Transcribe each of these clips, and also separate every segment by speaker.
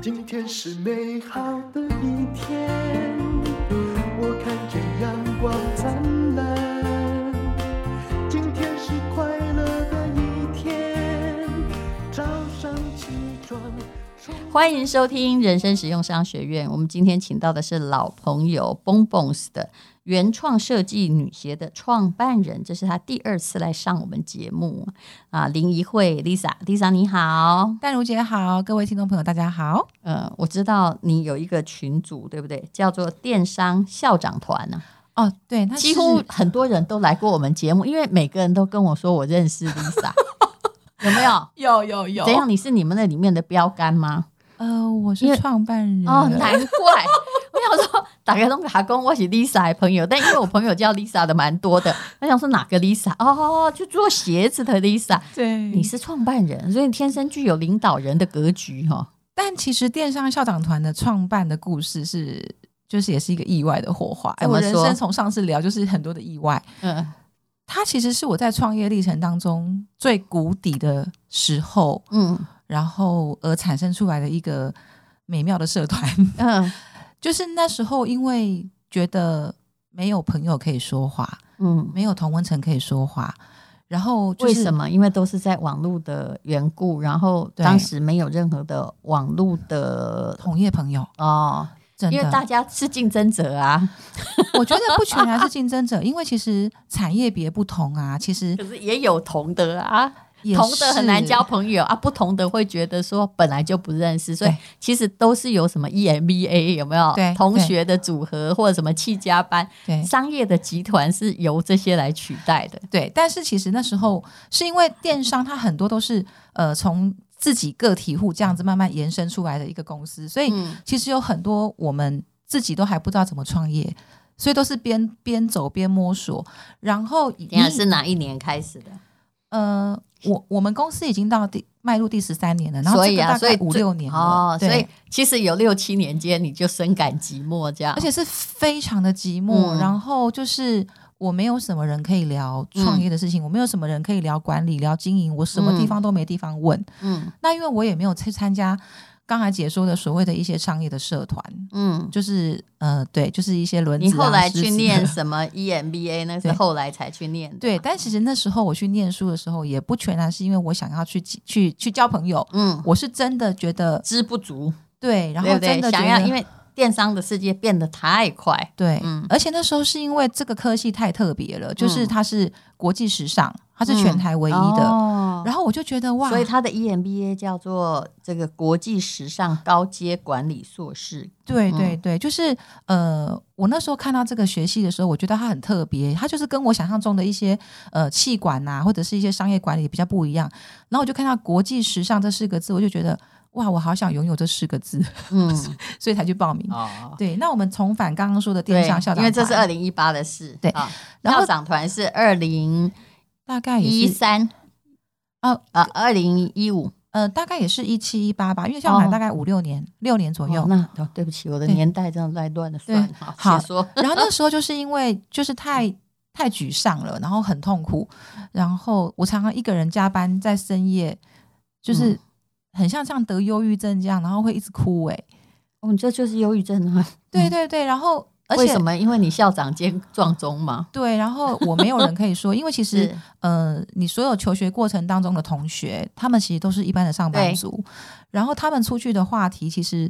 Speaker 1: 今天是美好的一天，我看见阳光灿烂。今天是快乐的一天，早上起床。充
Speaker 2: 欢迎收听人生实用商学院。我们今天请到的是老朋友 Bonbons 的原创设计女鞋的创办人，这是她第二次来上我们节目啊。林怡慧 Lisa，Lisa 你好，
Speaker 3: 淡如姐好，各位听众朋友大家好。
Speaker 2: 呃，我知道你有一个群组，对不对？叫做电商校长团呢、
Speaker 3: 哦，对，那
Speaker 2: 几乎
Speaker 3: 是
Speaker 2: 很多人都来过我们节目，因为每个人都跟我说我认识 Lisa，有没有？
Speaker 3: 有有有
Speaker 2: 怎样？你是你们那里面的标杆吗？
Speaker 3: 呃，我
Speaker 2: 因
Speaker 3: 是
Speaker 2: 为
Speaker 3: 创办人
Speaker 2: 哦，难怪。 我想说，打开东打工，我是 Lisa 的朋友，但因为我朋友叫 Lisa 的蛮多的，我想说哪个 Lisa？哦，就做鞋子的 Lisa，
Speaker 3: 对，
Speaker 2: 你是创办人，所以天生具有领导人的格局哈、哦。
Speaker 3: 但其实电商校长团的创办的故事是，就是也是一个意外的火花。哎
Speaker 2: 怎么
Speaker 3: 我人
Speaker 2: 说
Speaker 3: 生从上次聊就是很多的意外，
Speaker 2: 嗯
Speaker 3: 它其实是我在创业历程当中最谷底的时候，
Speaker 2: 嗯
Speaker 3: 然后而产生出来的一个美妙的社团。
Speaker 2: 嗯
Speaker 3: 就是那时候因为觉得没有朋友可以说话，
Speaker 2: 嗯，
Speaker 3: 没有同温层可以说话，然后、就是、
Speaker 2: 为什？么？因为都是在网络的缘故，然后
Speaker 3: 对
Speaker 2: 当时没有任何的网络的
Speaker 3: 同业朋友
Speaker 2: 哦，
Speaker 3: 真的，
Speaker 2: 因为大家是竞争者啊，
Speaker 3: 我觉得不全然是竞争者，因为其实产业别不同啊，其实
Speaker 2: 可是也有同的啊。
Speaker 3: 也
Speaker 2: 同的很难
Speaker 3: 是
Speaker 2: 交朋友啊，不同的会觉得说本来就不认识，所以
Speaker 3: 对
Speaker 2: 其实都是有什么 E EMBA 有没有？
Speaker 3: 对
Speaker 2: 同学的组合或者什么气家班，
Speaker 3: 对
Speaker 2: 商业的集团是由这些来取代的。
Speaker 3: 对，但是其实那时候是因为电商它很多都是呃从自己个体户这样子慢慢延伸出来的一个公司，所以
Speaker 2: 嗯
Speaker 3: 其实有很多我们自己都还不知道怎么创业。所以都是边边走边摸索，然后你
Speaker 2: 你看是哪一年开始的？
Speaker 3: 呃，我我们公司已经到第迈入第十三年了，然后
Speaker 2: 所
Speaker 3: 这
Speaker 2: 以
Speaker 3: 个
Speaker 2: 啊，
Speaker 3: 大
Speaker 2: 所以
Speaker 3: 概五
Speaker 2: 这
Speaker 3: 六年了
Speaker 2: 哦，所
Speaker 3: 对
Speaker 2: 以其实有六七年间你就深感寂寞这样，
Speaker 3: 而且是非常的寂寞，
Speaker 2: 嗯
Speaker 3: 然后就是。我没有什么人可以聊创业的事
Speaker 2: 嗯
Speaker 3: 情，我没有什么人可以聊管理、聊经营，我什么地方都没地方问。
Speaker 2: 嗯
Speaker 3: 那因为我也没有去参加刚才姐说的所谓的一些商业的社团，
Speaker 2: 嗯。
Speaker 3: 就是呃，对，就是一些轮子、啊。
Speaker 2: 你后来
Speaker 3: 狮
Speaker 2: 去
Speaker 3: 子
Speaker 2: 念
Speaker 3: 的
Speaker 2: 什么 E EMBA？那是
Speaker 3: 对
Speaker 2: 后来才去念的。
Speaker 3: 对，但其实那时候我去念书的时候，也不全然是因为我想要去去去交朋友，
Speaker 2: 嗯，
Speaker 3: 我是真的觉得
Speaker 2: 知不足，
Speaker 3: 对，然
Speaker 2: 对
Speaker 3: 后
Speaker 2: 不对
Speaker 3: 真的觉
Speaker 2: 想
Speaker 3: 得
Speaker 2: 要，因为电商的世界变得太快，
Speaker 3: 对，
Speaker 2: 嗯
Speaker 3: 而且那时候是因为这个科系太特别了，就是它是国际时尚，它是全台唯一的。
Speaker 2: 嗯哦
Speaker 3: 然后我就觉得哇，
Speaker 2: 所以他的 E EMBA 叫做这个国际时尚高阶管理硕士。
Speaker 3: 对对对，就是呃，我那时候看到这个学系的时候，我觉得它很特别，它就是跟我想象中的一些呃气管呐、或者是一些商业管理比较不一样。然后我就看到国际时尚这四个字，我就觉得哇，我好想拥有这四个字，
Speaker 2: 嗯，
Speaker 3: 所以才去报名。
Speaker 2: 哦，
Speaker 3: 对，那我们重返刚刚说的
Speaker 2: 对
Speaker 3: 电商校，长
Speaker 2: 因
Speaker 3: 团，
Speaker 2: 为这是二零一八的事。
Speaker 3: 对
Speaker 2: 啊，
Speaker 3: 然后
Speaker 2: 校长团是二零
Speaker 3: 大概也
Speaker 2: 一
Speaker 3: 是
Speaker 2: 三
Speaker 3: 哦
Speaker 2: 啊，二零一五
Speaker 3: 呃，大概也是一七一八吧，因为校长团
Speaker 2: 哦
Speaker 3: 大概五六年、六年左右。
Speaker 2: 哦那哦对不起，我的
Speaker 3: 对
Speaker 2: 年代真的在乱的算
Speaker 3: 对
Speaker 2: 哈。
Speaker 3: 好
Speaker 2: 请说，
Speaker 3: 然后那时候就是因为就是太太沮丧了，然后很痛苦，然后我常常一个人加班在深夜，
Speaker 2: 嗯
Speaker 3: 就是很像像得忧郁症这样，然后会一直哭哎、
Speaker 2: 哦，你这就是忧郁症啊？
Speaker 3: 对对对，然后而且
Speaker 2: 为什么？因为你校长兼撞钟嘛。
Speaker 3: 对，然后我没有人可以说，因为其实
Speaker 2: 是，
Speaker 3: 呃，你所有求学过程当中的同学，他们其实都是一般的上班族，然后他们出去的话题其实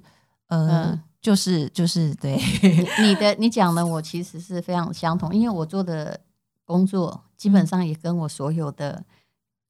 Speaker 3: 呃、
Speaker 2: 嗯
Speaker 3: 就是就是对
Speaker 2: 你的你讲的我其实是非常相同，因为我做的工作基本上也跟我所有的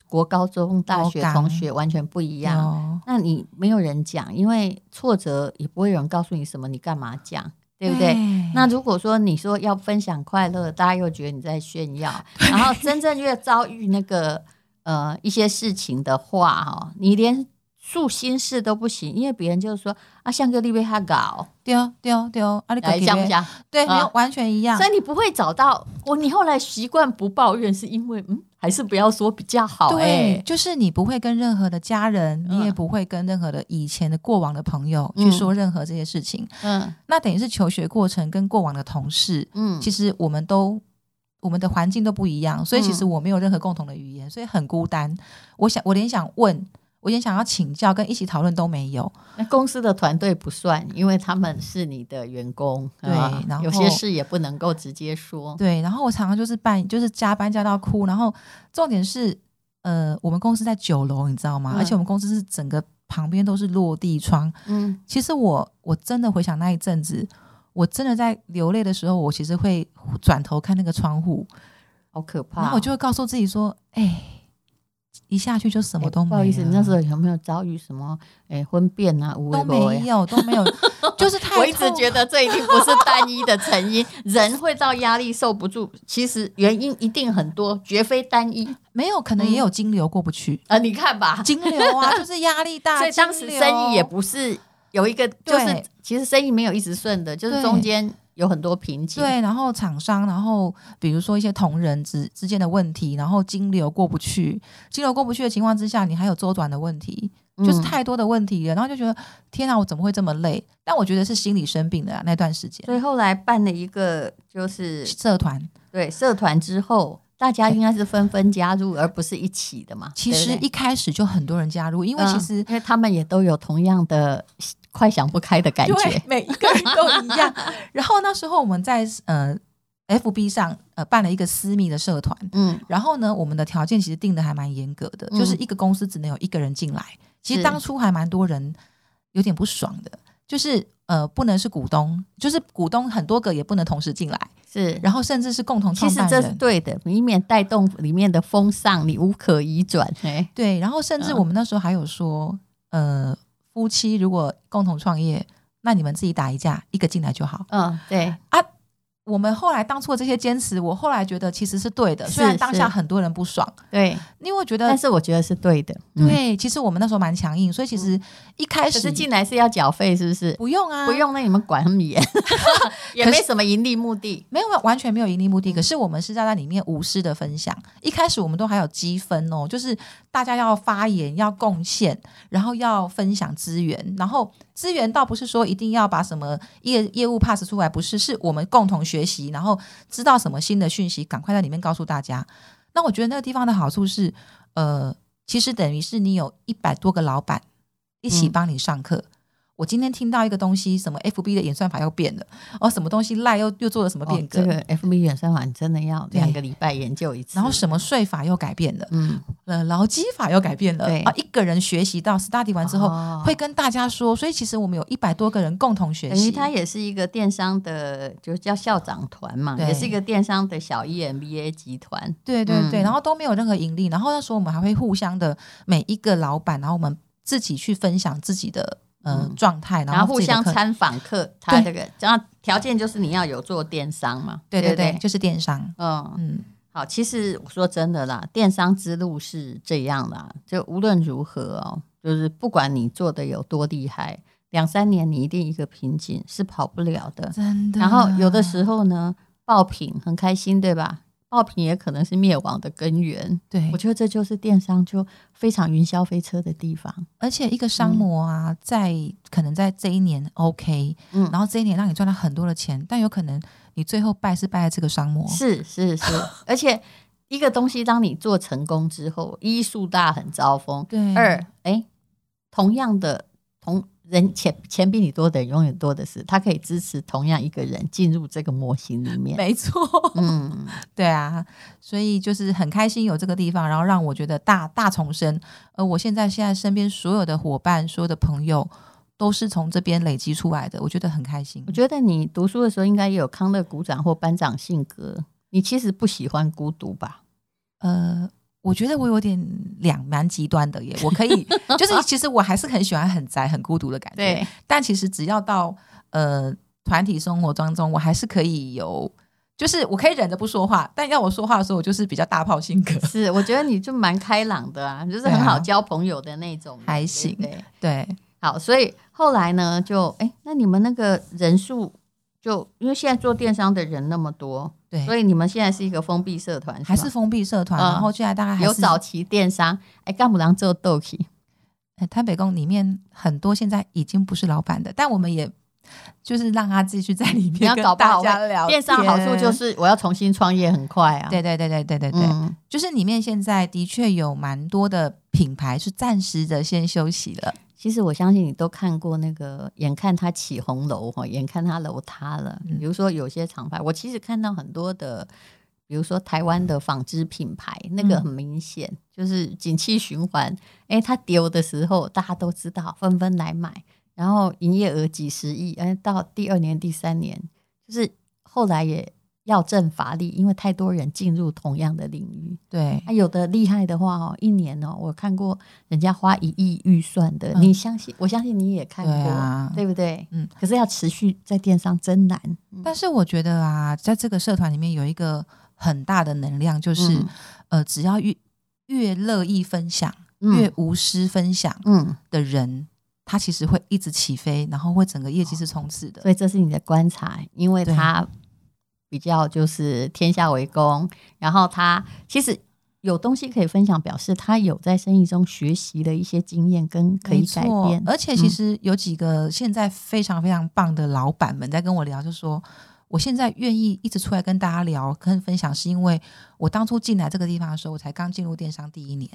Speaker 2: 国高中、大学
Speaker 3: 高纲
Speaker 2: 同学完全不一样。那你没有人讲，因为挫折也不会有人告诉你什么，你干嘛讲，对不对？那如果说你说要分享快乐，大家又觉得你在炫耀，然后真正越遭遇那个呃一些事情的话，哈，你连诉心事都不行，因为别人就说啊，像个利贝他搞，
Speaker 3: 对哦对哦对哦，啊你
Speaker 2: 来
Speaker 3: 给
Speaker 2: 像不
Speaker 3: 嘞
Speaker 2: 像？
Speaker 3: 对，没有
Speaker 2: 啊
Speaker 3: 完全一样
Speaker 2: 所。以你不会找到我。你后来习惯不抱怨，是因为嗯，还是不要说比较好、
Speaker 3: 对，
Speaker 2: 哎，
Speaker 3: 就是你不会跟任何的家人，
Speaker 2: 嗯
Speaker 3: 你也不会跟任何的以前的过往的朋友去
Speaker 2: 嗯
Speaker 3: 说任何这些事情。
Speaker 2: 嗯
Speaker 3: 那等于是求学过程跟过往的同事，
Speaker 2: 嗯
Speaker 3: 其实我们都我们的环境都不一样，所以其实
Speaker 2: 嗯
Speaker 3: 我没有任何共同的语言，所以很孤单。我想，我连想问。我也想要请教，跟一起讨论都没有。
Speaker 2: 那公司的团队不算，因为他们是你的员工，
Speaker 3: 对
Speaker 2: 啊
Speaker 3: 然后
Speaker 2: 有些事也不能够直接说。
Speaker 3: 对，然后我常常就是半就是加班加到哭，然后重点是，呃，我们公司在九楼，你知道吗？
Speaker 2: 嗯
Speaker 3: 而且我们公司是整个旁边都是落地窗。
Speaker 2: 嗯，
Speaker 3: 其实我我真的回想那一阵子，我真的在流泪的时候，我其实会转头看那个窗户，
Speaker 2: 好可怕哦。
Speaker 3: 然后我就会告诉自己说：“哎、一下去就什么
Speaker 2: 哎
Speaker 3: 都没
Speaker 2: 不
Speaker 3: 了。
Speaker 2: 好意思，你那时候有没有遭遇什么哎婚变啊？无
Speaker 3: 都
Speaker 2: 微博
Speaker 3: 没
Speaker 2: 呀。
Speaker 3: 有，都 没有，就是太
Speaker 2: 我一直
Speaker 3: 痛
Speaker 2: 觉得这一定不是单一的成 因，人会到压力受不住，其实原因一定很多，绝非单一
Speaker 3: 没有，可能
Speaker 2: 嗯
Speaker 3: 也有金流过不去，
Speaker 2: 啊！你看吧，
Speaker 3: 金流啊，就是压力大，
Speaker 2: 所以当时生意也不是有一个，就是
Speaker 3: 对
Speaker 2: 其实生意没有一直顺的，就是
Speaker 3: 对
Speaker 2: 中间有很多瓶颈。
Speaker 3: 金流对，然后厂商，然后比如说一些同仁之之间的问题，然后金流过不去，金流过不去的情况之下，你还有周转的问题，
Speaker 2: 嗯，
Speaker 3: 就是太多的问题了，然后就觉得天啊，我怎么会这么累？但我觉得是心理生病的、啊、那段时间，
Speaker 2: 所以后来办了一个就是
Speaker 3: 社团
Speaker 2: 对社团之后，大家应该是纷纷加入，而不是一起的嘛。
Speaker 3: 其
Speaker 2: 对不
Speaker 3: 实
Speaker 2: 对
Speaker 3: 一开始就很多人加入，因为
Speaker 2: 嗯
Speaker 3: 其实
Speaker 2: 因为他们也都有同样的快想不开的感
Speaker 3: 对，
Speaker 2: 觉。
Speaker 3: 每一个人都一样。然后那时候我们在呃 FB 上呃办了一个私密的社团，
Speaker 2: 嗯，
Speaker 3: 然后呢，我们的条件其实定的还蛮严格的，
Speaker 2: 嗯
Speaker 3: 就是一个公司只能有一个人进来。其
Speaker 2: 是
Speaker 3: 实当初还蛮多人有点不爽的，就是呃不能是股东，就是股东很多个也不能同时进来，
Speaker 2: 是。
Speaker 3: 然后甚至是共同
Speaker 2: 其
Speaker 3: 创
Speaker 2: 实
Speaker 3: 办
Speaker 2: 这是
Speaker 3: 人。
Speaker 2: 对的，以免带动里面的风尚，你无可移转。哎，
Speaker 3: 对，然后甚至
Speaker 2: 嗯
Speaker 3: 我们那时候还有说，呃，夫妻如果共同创业，那你们自己打一架，一个进来就好。
Speaker 2: 嗯，对，
Speaker 3: 我们后来当初的这些坚持，我后来觉得其实是对的，
Speaker 2: 是
Speaker 3: 虽然当下
Speaker 2: 是
Speaker 3: 很多人不爽，
Speaker 2: 对，
Speaker 3: 因为我觉得
Speaker 2: 但是我觉得是对的。嗯，
Speaker 3: 对，其实我们那时候蛮强硬，所以其实一开
Speaker 2: 可
Speaker 3: 始
Speaker 2: 是进来是要缴费，是不是？
Speaker 3: 不用啊，
Speaker 2: 不，用，那你们管那么 严，也没什么盈利目的。
Speaker 3: 没有没有完全没有盈利目
Speaker 2: 嗯
Speaker 3: 的，可是我们是在那里面无私的分享。一开始我们都还有积分哦，就是大家要发言、要贡献，然后要分享资源，然后资源倒不是说一定要把什么业业务 pass 出来，不是，是我们共同学习，然后知道什么新的讯息，赶快在里面告诉大家。那我觉得那个地方的好处是，呃，其实等于是你有一百多个老板一起
Speaker 2: 嗯
Speaker 3: 帮你上课。我今天听到一个东西，什么 FB 的演算法又变了，哦，什么东西赖又又做了什么变
Speaker 2: 哦、
Speaker 3: 革，
Speaker 2: 这个 FB 远算法，你真的要
Speaker 3: 对
Speaker 2: 两个礼拜研究一次。
Speaker 3: 然后什么税法又改变了，
Speaker 2: 嗯，
Speaker 3: 呃，劳基法又改变了，
Speaker 2: 对
Speaker 3: 啊，一个人学习到 study 完之后、
Speaker 2: 哦
Speaker 3: 会跟大家说，所以其实我们有一百多个人共同学
Speaker 2: 等于
Speaker 3: 习，
Speaker 2: 它也是一个电商的，就叫校长团嘛，
Speaker 3: 对
Speaker 2: 也是一个电商的小 E EMBA 集团。
Speaker 3: 对对对，
Speaker 2: 嗯
Speaker 3: 然后都没有任何盈利，然后那时候我们还会互相的每一个老板，然后我们自己去分享自己的呃、
Speaker 2: 嗯
Speaker 3: 状态，
Speaker 2: 然后互
Speaker 3: 自己的
Speaker 2: 相
Speaker 3: 课
Speaker 2: 参访课，他这个，然后条件就是你要有做电商嘛，
Speaker 3: 对
Speaker 2: 对
Speaker 3: 对
Speaker 2: 不
Speaker 3: 对，就是电商，
Speaker 2: 嗯，
Speaker 3: 嗯，
Speaker 2: 好，其实我说真的啦，电商之路是这样啦，就无论如何哦，就是不管你做的有多厉害，两三年你一定一个瓶颈是跑不了的。
Speaker 3: 真的。啊
Speaker 2: 然后有的时候呢，爆品很开心，对吧？爆品也可能是灭亡的根源。
Speaker 3: 对
Speaker 2: 我，觉得这就是电商就非常云霄飞车的地方。
Speaker 3: 而且一个
Speaker 2: 嗯
Speaker 3: 商模啊，在可能在这一年 OK，
Speaker 2: 嗯
Speaker 3: 然后这一年让你赚到很多的钱，但有可能你最后败是败在这个商模，
Speaker 2: 是是是，哦而且一个东西当你做成功之后，一树大很招风，
Speaker 3: 对
Speaker 2: 二哎、同样的同人钱钱比你多的人永远多的是，他可以支持同样一个人进入这个模型里面。
Speaker 3: 没错，
Speaker 2: 嗯，
Speaker 3: 对啊，所以就是很开心有这个地方，然后让我觉得大大重生。呃，我现在现在身边所有的伙伴、所有的朋友都是从这边累积出来的，我觉得很开心
Speaker 2: 我。觉得你读书的时候应该也有康乐股长或班长性格，你其实不喜欢孤独吧？
Speaker 3: 呃，我觉得我有点两蛮极端的耶，我可以就是其实我还是很喜欢很宅、很孤独的 感觉，，但其实只要到呃团体生活当中，我还是可以有。就是我可以忍着不说话，但要我说话的时候，我就是比较大炮性格。
Speaker 2: 是，我觉得你就蛮开朗的 啊，就是
Speaker 3: 对啊
Speaker 2: 很好交朋友的那种人，
Speaker 3: 还
Speaker 2: 对不
Speaker 3: 行
Speaker 2: 对
Speaker 3: 对，
Speaker 2: 好，所以后来呢，就哎，诶那你们那个人数就因为现在做电商的人那么多，
Speaker 3: 对
Speaker 2: 所以你们现在是一个封闭社团，
Speaker 3: 还
Speaker 2: 吗
Speaker 3: 是封闭社团，
Speaker 2: 嗯
Speaker 3: 然后现在大啊概还
Speaker 2: 有
Speaker 3: 是
Speaker 2: 早期电商，哎，干部郎做豆皮，
Speaker 3: 哎呃台北宫里面很多现在已经不是老板的，但我们也就是让他继续在
Speaker 2: 你
Speaker 3: 里面
Speaker 2: 要
Speaker 3: 跟
Speaker 2: 搞不
Speaker 3: 大
Speaker 2: 好
Speaker 3: 家聊
Speaker 2: 会变
Speaker 3: 天。
Speaker 2: 上好处就是我要重新创业很快啊。
Speaker 3: 对对对对对对对，
Speaker 2: 嗯，
Speaker 3: 就是里面现在的确有蛮多的品牌是暂时的先休息了。
Speaker 2: 其实我相信你都看过那个，眼看它起红楼哈，眼看它楼塌了。
Speaker 3: 嗯
Speaker 2: 比如说有些厂牌，我其实看到很多的，比如说台湾的纺织品牌，那个
Speaker 3: 嗯
Speaker 2: 很明显、就是景气循环，哎，它丢的时候大家都知道，纷纷来买，然后营业额几十亿，哎，到第二年、第三年，就是后来也要正乏力，因为太多人进入同样的领域。
Speaker 3: 对，
Speaker 2: 啊，有的厉害的话哦，一年哦，我看过人家花一亿预算的，
Speaker 3: 嗯
Speaker 2: 你相信？我相信你也看过，
Speaker 3: 对啊
Speaker 2: 不对？
Speaker 3: 嗯，
Speaker 2: 可是要持续在电商真难，嗯
Speaker 3: 但是我觉得啊，在这个社团里面有一个很大的能量，就是、
Speaker 2: 嗯
Speaker 3: 呃，只要越越乐意分享、
Speaker 2: 嗯
Speaker 3: 越无私分享
Speaker 2: 嗯，
Speaker 3: 的人，他其实会一直起飞，然后会整个业绩是冲刺的。
Speaker 2: 所以这是你的观察，因为
Speaker 3: 对
Speaker 2: 他比较就是天下为公，然后他其实有东西可以分享，表示他有在生意中学习的一些经验跟可以
Speaker 3: 没
Speaker 2: 改
Speaker 3: 错
Speaker 2: 变，嗯
Speaker 3: 而且其实有几个现在非常非常棒的老板们在跟我聊，就说我现在愿意一直出来跟大家聊、跟分享，是因为我当初进来这个地方的时候，我才刚进入电商第一年。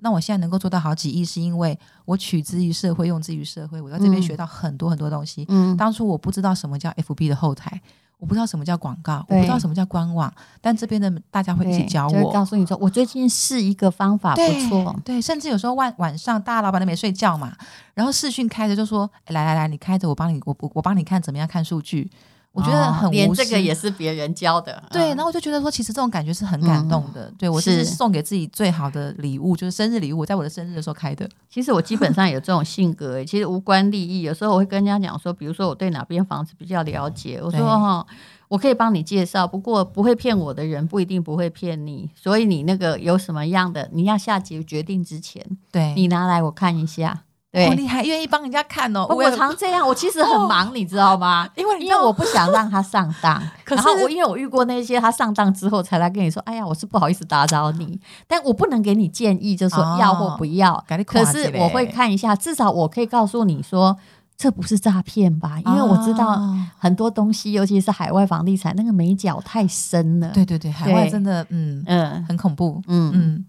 Speaker 3: 那我现在能够做到好几亿，是因为我取之于社会，用之于社会。我在这边
Speaker 2: 嗯
Speaker 3: 学到很多很多东西。
Speaker 2: 嗯，
Speaker 3: 当初我不知道什么叫 FB 的后台。我不知道什么叫广告，我
Speaker 2: 对
Speaker 3: 不知道什么叫官网，但这边的大家会一
Speaker 2: 对，
Speaker 3: 起教
Speaker 2: 就是
Speaker 3: 我。啊
Speaker 2: 告诉你说，我最近试一个方啊法不
Speaker 3: 对
Speaker 2: 错，
Speaker 3: 对，甚至有时候晚晚上大家老板都没睡觉嘛，然后视讯开着就说：“哎来来来，你开着，我帮你，我我我帮你看怎么样看数据。”我觉得
Speaker 2: 哦
Speaker 3: 很无
Speaker 2: 连这
Speaker 3: 私
Speaker 2: 个也是别人教的，
Speaker 3: 对，
Speaker 2: 嗯
Speaker 3: 然后我就觉得说，其实这种感觉是很感动的。对我这是
Speaker 2: 是
Speaker 3: 送给自己最好的礼物，就是生日礼物，我在我的生日的时候开的。
Speaker 2: 其实我基本上有这种性格欸、其实无关利益。有时候我会跟人家讲说，比如说我对哪边房子比较了解，我说
Speaker 3: 对
Speaker 2: 哦，我可以帮你介绍，不过不会骗我的人不一定不会骗你，所以你那个有什么样的，你要下决决定之前，
Speaker 3: 对，
Speaker 2: 你拿来我看一下。
Speaker 3: 哦
Speaker 2: 对，
Speaker 3: 你还愿意帮人家看哦，
Speaker 2: 我
Speaker 3: 也
Speaker 2: 常这样，我其实很忙，你知道吗？
Speaker 3: 因 为你
Speaker 2: 因
Speaker 3: 知
Speaker 2: 为
Speaker 3: 道
Speaker 2: 我不想让他上当，
Speaker 3: 可
Speaker 2: 然后
Speaker 3: 是
Speaker 2: 我因为我遇过那些他上当之后才来跟你说，哎呀，我是不好意思打扰你，但我不能给你建议，就说
Speaker 3: 哦
Speaker 2: 要或不要。
Speaker 3: 给你看
Speaker 2: 可
Speaker 3: 一下
Speaker 2: 是我
Speaker 3: 欸
Speaker 2: 会看一下，至少我可以告诉你说，这不是诈骗吧？因为我知道嗯
Speaker 3: 啊
Speaker 2: 很多东西，尤其是海外房地产，那个美角太深了。
Speaker 3: 对，对对，海外
Speaker 2: 对
Speaker 3: 真的嗯
Speaker 2: 嗯
Speaker 3: 很恐怖，
Speaker 2: 嗯嗯。
Speaker 3: 嗯，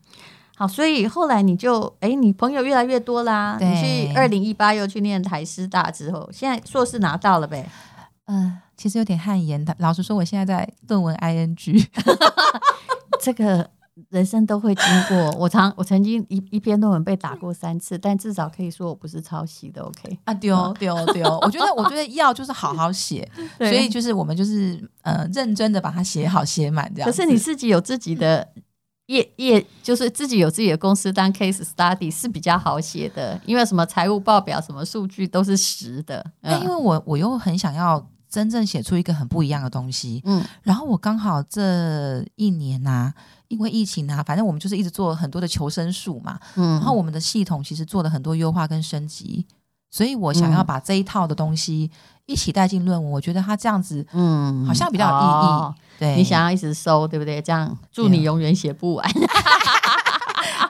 Speaker 2: 好，所以后来你就哎，你朋友越来越多啦。
Speaker 3: 对
Speaker 2: 你去二零一八又去念台师大之后，现在硕士拿到了呗？
Speaker 3: 呃，其实有点汗颜。的。老实说，我现在在论文 ing，
Speaker 2: 这个人生都会经过。我常我曾经一一篇论文被打过三次，但至少可以说我不是抄袭的。OK，
Speaker 3: 啊，丢丢丢！我觉得，我觉得要就是好好写，所
Speaker 2: 嗯 对
Speaker 3: 以就是我们就是呃认真的把它写好写满这样
Speaker 2: 可
Speaker 3: 子。
Speaker 2: 是你自己有自己的业业，就是自己有自己的公司当 case study 是比较好写的，因为什么财务报表、什么数据都是实的。嗯
Speaker 3: 那因为我我又很想要真正写出一个很不一样的东西，
Speaker 2: 嗯
Speaker 3: 然后我刚好这一年呐、因为疫情啊，反正我们就是一直做很多的求生术嘛，
Speaker 2: 嗯，
Speaker 3: 然后我们的系统其实做了很多优化跟升级，所以我想要
Speaker 2: 嗯
Speaker 3: 把这一套的东西一起带进论文，我觉得它这样子
Speaker 2: 嗯
Speaker 3: 好像比较有意义。
Speaker 2: 哦
Speaker 3: 对，
Speaker 2: 你想要一直收，对不对？这样祝
Speaker 3: 对
Speaker 2: 你
Speaker 3: 啊
Speaker 2: 永远写不完。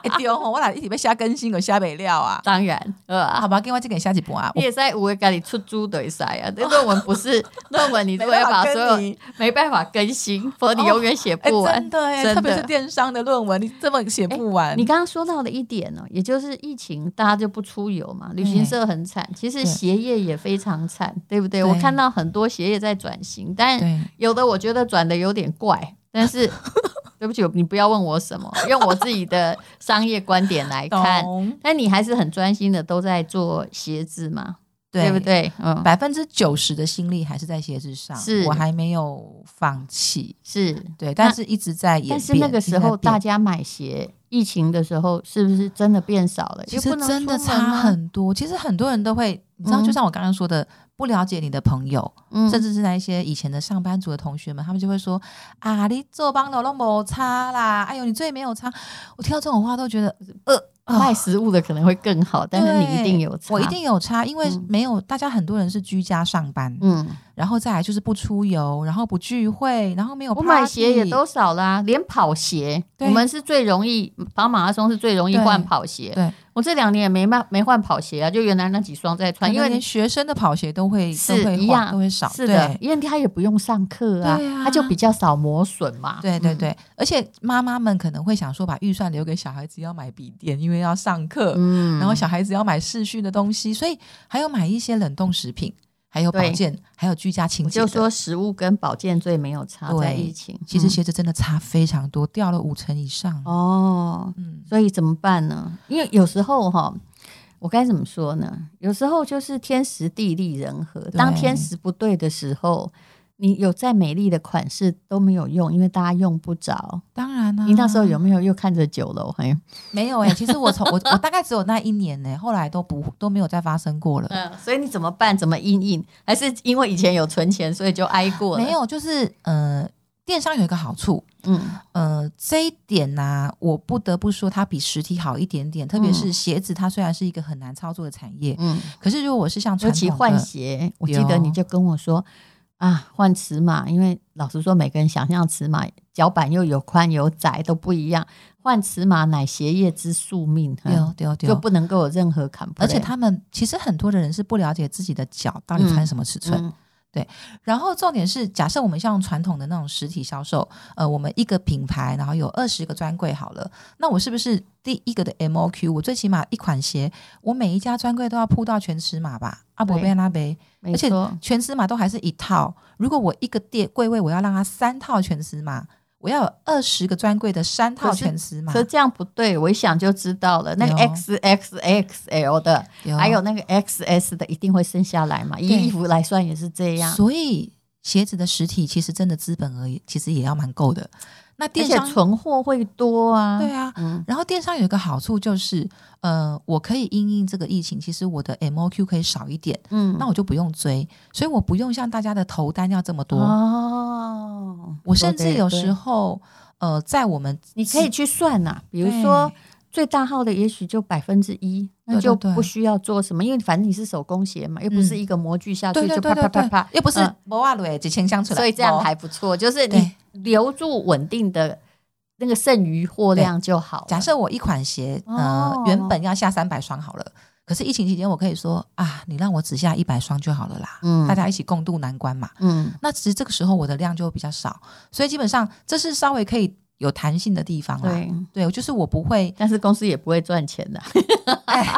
Speaker 3: 哎丢吼，我俩一起被瞎更新个瞎北料啊。
Speaker 2: 当然，
Speaker 3: 啊，
Speaker 2: 呃
Speaker 3: 好。吧，另外这个下几波啊，
Speaker 2: 你
Speaker 3: 我
Speaker 2: 也在我给你出猪对塞啊！那论文不是论文，你如果要把
Speaker 3: 没办法跟
Speaker 2: 所有
Speaker 3: 你
Speaker 2: 没办法更新，否则你
Speaker 3: 哦
Speaker 2: 永远写
Speaker 3: 哎、
Speaker 2: 不完
Speaker 3: 真。的哎，
Speaker 2: 真的
Speaker 3: 特别是电商的论文，你这么写不完，
Speaker 2: 你刚刚说到的一点呢、也就是疫情大家就不出游嘛，旅行社很惨，其实
Speaker 3: 对
Speaker 2: 鞋业也非常惨，对不对？
Speaker 3: 对
Speaker 2: 我看到很多鞋业在转型，但
Speaker 3: 对
Speaker 2: 有的我觉得转的有点怪，但 是对不起，你不要问我什么，用我自己的商业观点来看，
Speaker 3: 懂
Speaker 2: 但你还是很专心的都在做鞋子嘛，
Speaker 3: 对
Speaker 2: 不？对？嗯，
Speaker 3: 百分之九十的心力还是在鞋子上，
Speaker 2: 是
Speaker 3: 我还没有放弃，
Speaker 2: 是。
Speaker 3: 对，但是一直在演变。
Speaker 2: 但是那个时候
Speaker 3: 一直
Speaker 2: 大
Speaker 3: 在变
Speaker 2: 家买鞋，疫情的时候是不是真的变少了？
Speaker 3: 其
Speaker 2: 又
Speaker 3: 实
Speaker 2: 不能
Speaker 3: 真的
Speaker 2: 出门啊
Speaker 3: 差很多，其实很多人都会，你知道，
Speaker 2: 嗯
Speaker 3: 就像我刚刚说的，不了解你的朋友，
Speaker 2: 嗯
Speaker 3: 甚至是那一些以前的上班族的同学们，他们就会说啊，你做帮的都没差啦，哎呦，你最没有差。我听到这种话都觉得，呃，啊
Speaker 2: 卖食物的可能会更好，但是你一定有差。
Speaker 3: 我一定有差，因为
Speaker 2: 嗯
Speaker 3: 没有、大家很多人是居家上班，
Speaker 2: 嗯，
Speaker 3: 然后再来就是不出游，然后不聚会，然后没有
Speaker 2: 我
Speaker 3: party,
Speaker 2: 买鞋也都啊少啦，连跑鞋，
Speaker 3: 对
Speaker 2: 我们是最容易跑马拉松是最容易
Speaker 3: 对
Speaker 2: 换跑鞋。
Speaker 3: 对，
Speaker 2: 我这两年也没卖没换跑鞋啊，就原来那几双在穿，因
Speaker 3: 因为
Speaker 2: 为
Speaker 3: 连学生的跑鞋都会都
Speaker 2: 是
Speaker 3: 会
Speaker 2: 一
Speaker 3: 换
Speaker 2: 样
Speaker 3: 都会少，
Speaker 2: 是的
Speaker 3: 对，
Speaker 2: 因为他也不用上课啊
Speaker 3: 对，啊
Speaker 2: 他就比较少磨损嘛。
Speaker 3: 对对
Speaker 2: 嗯，
Speaker 3: 对，而且妈妈们可能会想说，把预算留给小孩子要买笔电，因为要上课，
Speaker 2: 嗯
Speaker 3: 然后小孩子要买视讯的东西，所以还要买一些冷冻食品，还有保
Speaker 2: 对
Speaker 3: 健，还有居家清
Speaker 2: 我
Speaker 3: 洁
Speaker 2: 就
Speaker 3: 的。
Speaker 2: 说食物跟保健最没有差在
Speaker 3: 对
Speaker 2: 疫情，
Speaker 3: 其实
Speaker 2: 嗯
Speaker 3: 鞋子真的差非常多，掉了五成以上。
Speaker 2: 哦，
Speaker 3: 嗯，
Speaker 2: 所以怎么办呢？因为有时候哈，我该怎么说呢？有时候就是天时地利人和，当天时不对的时候。你有再美丽的款式都没有用，因为大家用不着。
Speaker 3: 当然啊啦、
Speaker 2: 你那时候有没有又看着酒楼？嘿，
Speaker 3: 没有哎、其实我从我我大概只有那一年呢、欸后来都不都没有再发生过了。
Speaker 2: 嗯，所以你怎么办？怎么应应？还是因为以前有存钱，所以就挨过了？
Speaker 3: 没，有，就是呃，电商有一个好处，
Speaker 2: 嗯，
Speaker 3: 呃，这一点呢、我不得不说它比实体好一点点，特别是鞋子，它虽然是一个很难操作的产业，
Speaker 2: 嗯，
Speaker 3: 可是如果我是像
Speaker 2: 尤
Speaker 3: 传
Speaker 2: 其
Speaker 3: 统
Speaker 2: 换
Speaker 3: 的，
Speaker 2: 鞋，我记
Speaker 3: 有
Speaker 2: 得你就跟我说啊，换尺码，因为老实说，每个人想象尺码，脚板又有宽有窄都不一样，换尺码乃鞋业之宿命，
Speaker 3: 对哦
Speaker 2: 嗯
Speaker 3: 对哦对
Speaker 2: 就
Speaker 3: 哦，
Speaker 2: 不能够有任何坎坷。
Speaker 3: 而且他们其实很多的人是不了解自己的脚到底穿什么尺寸，
Speaker 2: 嗯
Speaker 3: 然后重点是，假设我们像传统的那种实体销售，呃，我们一个品牌，然后有二十个专柜好了，那我是不是第一个的 MOQ？我最起码一款鞋，我每一家专柜都要铺到全尺码吧？啊阿伯
Speaker 2: 对
Speaker 3: 贝拉贝，
Speaker 2: 没
Speaker 3: 而且
Speaker 2: 错，
Speaker 3: 全尺码都还是一套。如果我一个店柜位，我要让它三套全尺码，我要有二十个专柜的三套
Speaker 2: 可是
Speaker 3: 全尺码
Speaker 2: 可，是这样不对，我一想就知道了，那个
Speaker 3: 有
Speaker 2: X X X L 的，
Speaker 3: 有啊
Speaker 2: 还有那个 X S 的，一定会剩下来嘛。以
Speaker 3: 对
Speaker 2: 衣服来算也是这样，
Speaker 3: 所以鞋子的实体其实真的资本而已，其实也要蛮够的。那
Speaker 2: 而
Speaker 3: 电
Speaker 2: 且
Speaker 3: 商
Speaker 2: 存货会多啊。
Speaker 3: 对啊，
Speaker 2: 嗯，
Speaker 3: 然后电商有一个好处就是，呃，我可以因应这个疫情，其实我的 MOQ 可以少一点，
Speaker 2: 嗯
Speaker 3: 那我就不用追，所以我不用像大家的头单要这么多。
Speaker 2: 哦，
Speaker 3: 我甚至有
Speaker 2: 候。对
Speaker 3: 时候，呃，在我们
Speaker 2: 你可以去算呐、比如
Speaker 3: 对
Speaker 2: 说最大号的也许就百分之一，那
Speaker 3: 对
Speaker 2: 就
Speaker 3: 对嗯
Speaker 2: 不需要做什么，因为反正你是手工鞋嘛，又不是一个模具下去
Speaker 3: 对对
Speaker 2: 就啪
Speaker 3: 对对
Speaker 2: 啪啪
Speaker 3: 对
Speaker 2: 啪，，
Speaker 3: 又不是
Speaker 2: 嗯
Speaker 3: 摩瓦蕊几千箱出来，
Speaker 2: 所以这样
Speaker 3: 没
Speaker 2: 还不错，就是你
Speaker 3: 对
Speaker 2: 留住稳定的那个剩余货量就好了。
Speaker 3: 假设我一款鞋，呃，
Speaker 2: 哦
Speaker 3: 原本要下三百双好了，可是疫情期间我可以说啊，你让我只下一百双就好了啦，
Speaker 2: 嗯
Speaker 3: 大家一起共度难关嘛。
Speaker 2: 嗯，
Speaker 3: 那其实这个时候我的量就会比较少，所以基本上这是稍微可以有弹性的地方啦。
Speaker 2: 对，
Speaker 3: 对，就是我不会，
Speaker 2: 但是公司也不会赚钱的，
Speaker 3: 哎，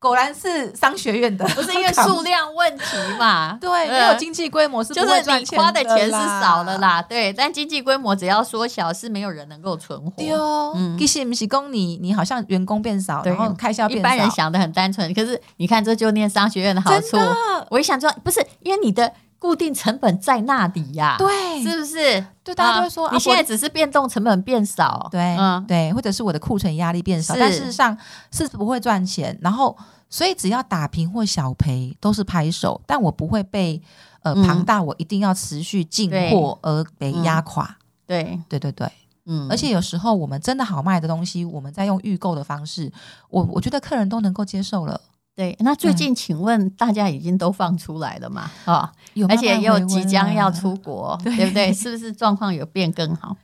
Speaker 3: 果然是商学院的，
Speaker 2: 不是因 为数量问题 嘛？
Speaker 3: 对，没有
Speaker 2: 呃
Speaker 3: 经济规模是不
Speaker 2: 就
Speaker 3: 会
Speaker 2: 是
Speaker 3: 赚
Speaker 2: 你
Speaker 3: 钱
Speaker 2: 花的钱是
Speaker 3: 啦
Speaker 2: 少了。啦，对，但经济规模只要缩小，是没有人能够存活。
Speaker 3: 对哦，
Speaker 2: 嗯
Speaker 3: 其实不是供你，你好像员工变少，
Speaker 2: 对
Speaker 3: 然后开销
Speaker 2: 一
Speaker 3: 变少，
Speaker 2: 般人想的很单纯，可是你看，这就念商学院的好处
Speaker 3: 真。的
Speaker 2: 我一想说，不是因为你的固定成本在那里呀、
Speaker 3: 对
Speaker 2: 是不是？
Speaker 3: 对，大家都会
Speaker 2: 啊
Speaker 3: 说、啊、
Speaker 2: 你现在
Speaker 3: 我
Speaker 2: 只是变动成本变少，
Speaker 3: 对、
Speaker 2: 嗯，
Speaker 3: 对，或者是我的库存压力变少，
Speaker 2: 是
Speaker 3: 但事实上是不会赚钱，然后所以只要打平或小赔都是拍手，但我不会被呃
Speaker 2: 嗯
Speaker 3: 庞大我一定要持续进
Speaker 2: 对
Speaker 3: 货而被压垮。
Speaker 2: 对，
Speaker 3: 对对对，
Speaker 2: 嗯，
Speaker 3: 而且有时候我们真的好卖的东西，我们再用预购的方式，我我觉得客人都能够接受了，
Speaker 2: 对。那
Speaker 3: 嗯
Speaker 2: 最近，请问大家已经都放出来了嘛？啊、
Speaker 3: 有
Speaker 2: 而
Speaker 3: 慢慢
Speaker 2: 且又
Speaker 3: 回温啊
Speaker 2: 即将
Speaker 3: 了
Speaker 2: 要出国，
Speaker 3: 对
Speaker 2: 对不 对？是不是状况有变更好？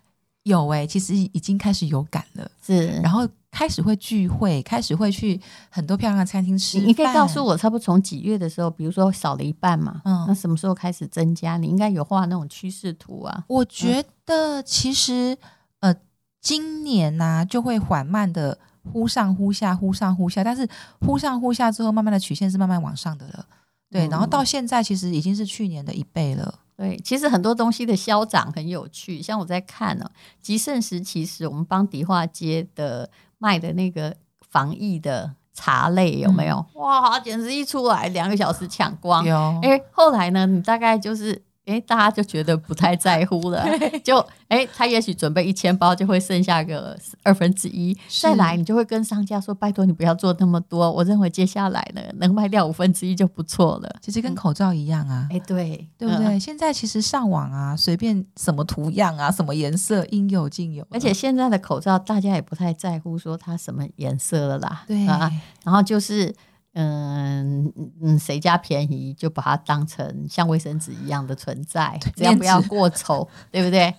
Speaker 3: 有哎、其实已经开始有感了，
Speaker 2: 是。
Speaker 3: 然后开始会聚会，开始会去很多漂亮的餐厅吃
Speaker 2: 你你可以告诉
Speaker 3: 我，
Speaker 2: 我，差不多从几月的时候，比如说少了一半嘛，
Speaker 3: 嗯
Speaker 2: 那什么时候开始增加？你应该有画那种趋势图啊。
Speaker 3: 我觉得其实呃，今年呢、就会缓慢的。忽上忽下，忽上忽下，但是忽上忽下之后，慢慢的曲线是慢慢往上的了，对。然后
Speaker 2: 嗯
Speaker 3: 到现在其实已经是去年的一倍了，
Speaker 2: 对，其实很多东西的消长很有趣，像我在看呢、极盛时其实我们帮迪化街的卖的那个防疫的茶类有没有？哇，简直一出来两个小时抢光。
Speaker 3: 嗯有
Speaker 2: 哎，后来呢，你大概就是。哎，大家就觉得不太在乎了，就哎，他也许准备一千包，就会剩下个二分之一。
Speaker 3: 是
Speaker 2: 再来，你就会跟商家说：“拜托你不要做那么多，我认为接下来呢，能卖掉五分之一就不错了。
Speaker 3: 其实跟口罩一样啊”，
Speaker 2: 哎，对，
Speaker 3: 对不
Speaker 2: 嗯
Speaker 3: 对？现在其实上网啊，随便什么图样啊，什么颜色，应有尽有了。
Speaker 2: 而且啊现在的口罩，大家也不太在乎说它什么颜色了啦，
Speaker 3: 对
Speaker 2: 啊，然后就是。嗯嗯，谁家便 宜就把它当成像卫生纸一样的存在，只要不要过丑，对不对？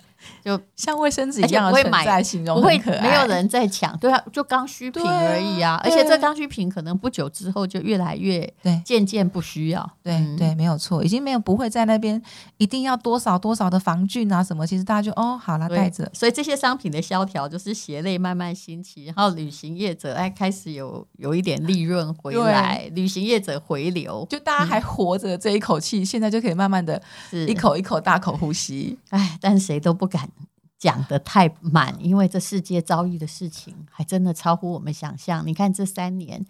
Speaker 2: 就
Speaker 3: 像卫生纸
Speaker 2: 而
Speaker 3: 一
Speaker 2: 且
Speaker 3: 样
Speaker 2: 不
Speaker 3: 的
Speaker 2: 会
Speaker 3: 存
Speaker 2: 买
Speaker 3: 在，形
Speaker 2: 不
Speaker 3: 容
Speaker 2: 会
Speaker 3: 很可爱。
Speaker 2: 没有人在抢，对啊，就刚需品
Speaker 3: 对啊
Speaker 2: 而已啊。而
Speaker 3: 对
Speaker 2: 且这刚需品可能不久之后就越来越
Speaker 3: 对
Speaker 2: 渐渐不需要。
Speaker 3: 对
Speaker 2: 嗯
Speaker 3: 对，没有错，已经没有不会在那边一定要多少多少的防菌啊什么，其实大家就哦好啦，
Speaker 2: 对
Speaker 3: 带着，
Speaker 2: 所以这些商品的萧条就是鞋类慢慢兴起，然后旅行业者哎开始有有一点利润回来，旅行业者回流，
Speaker 3: 就大家还活着这一口气，现在就可以慢慢的
Speaker 2: 是
Speaker 3: 一口一口大口呼吸。
Speaker 2: 哎，但谁都不敢讲得太满，因为这世界遭遇的事情还真的超乎我们想象。你看这三年，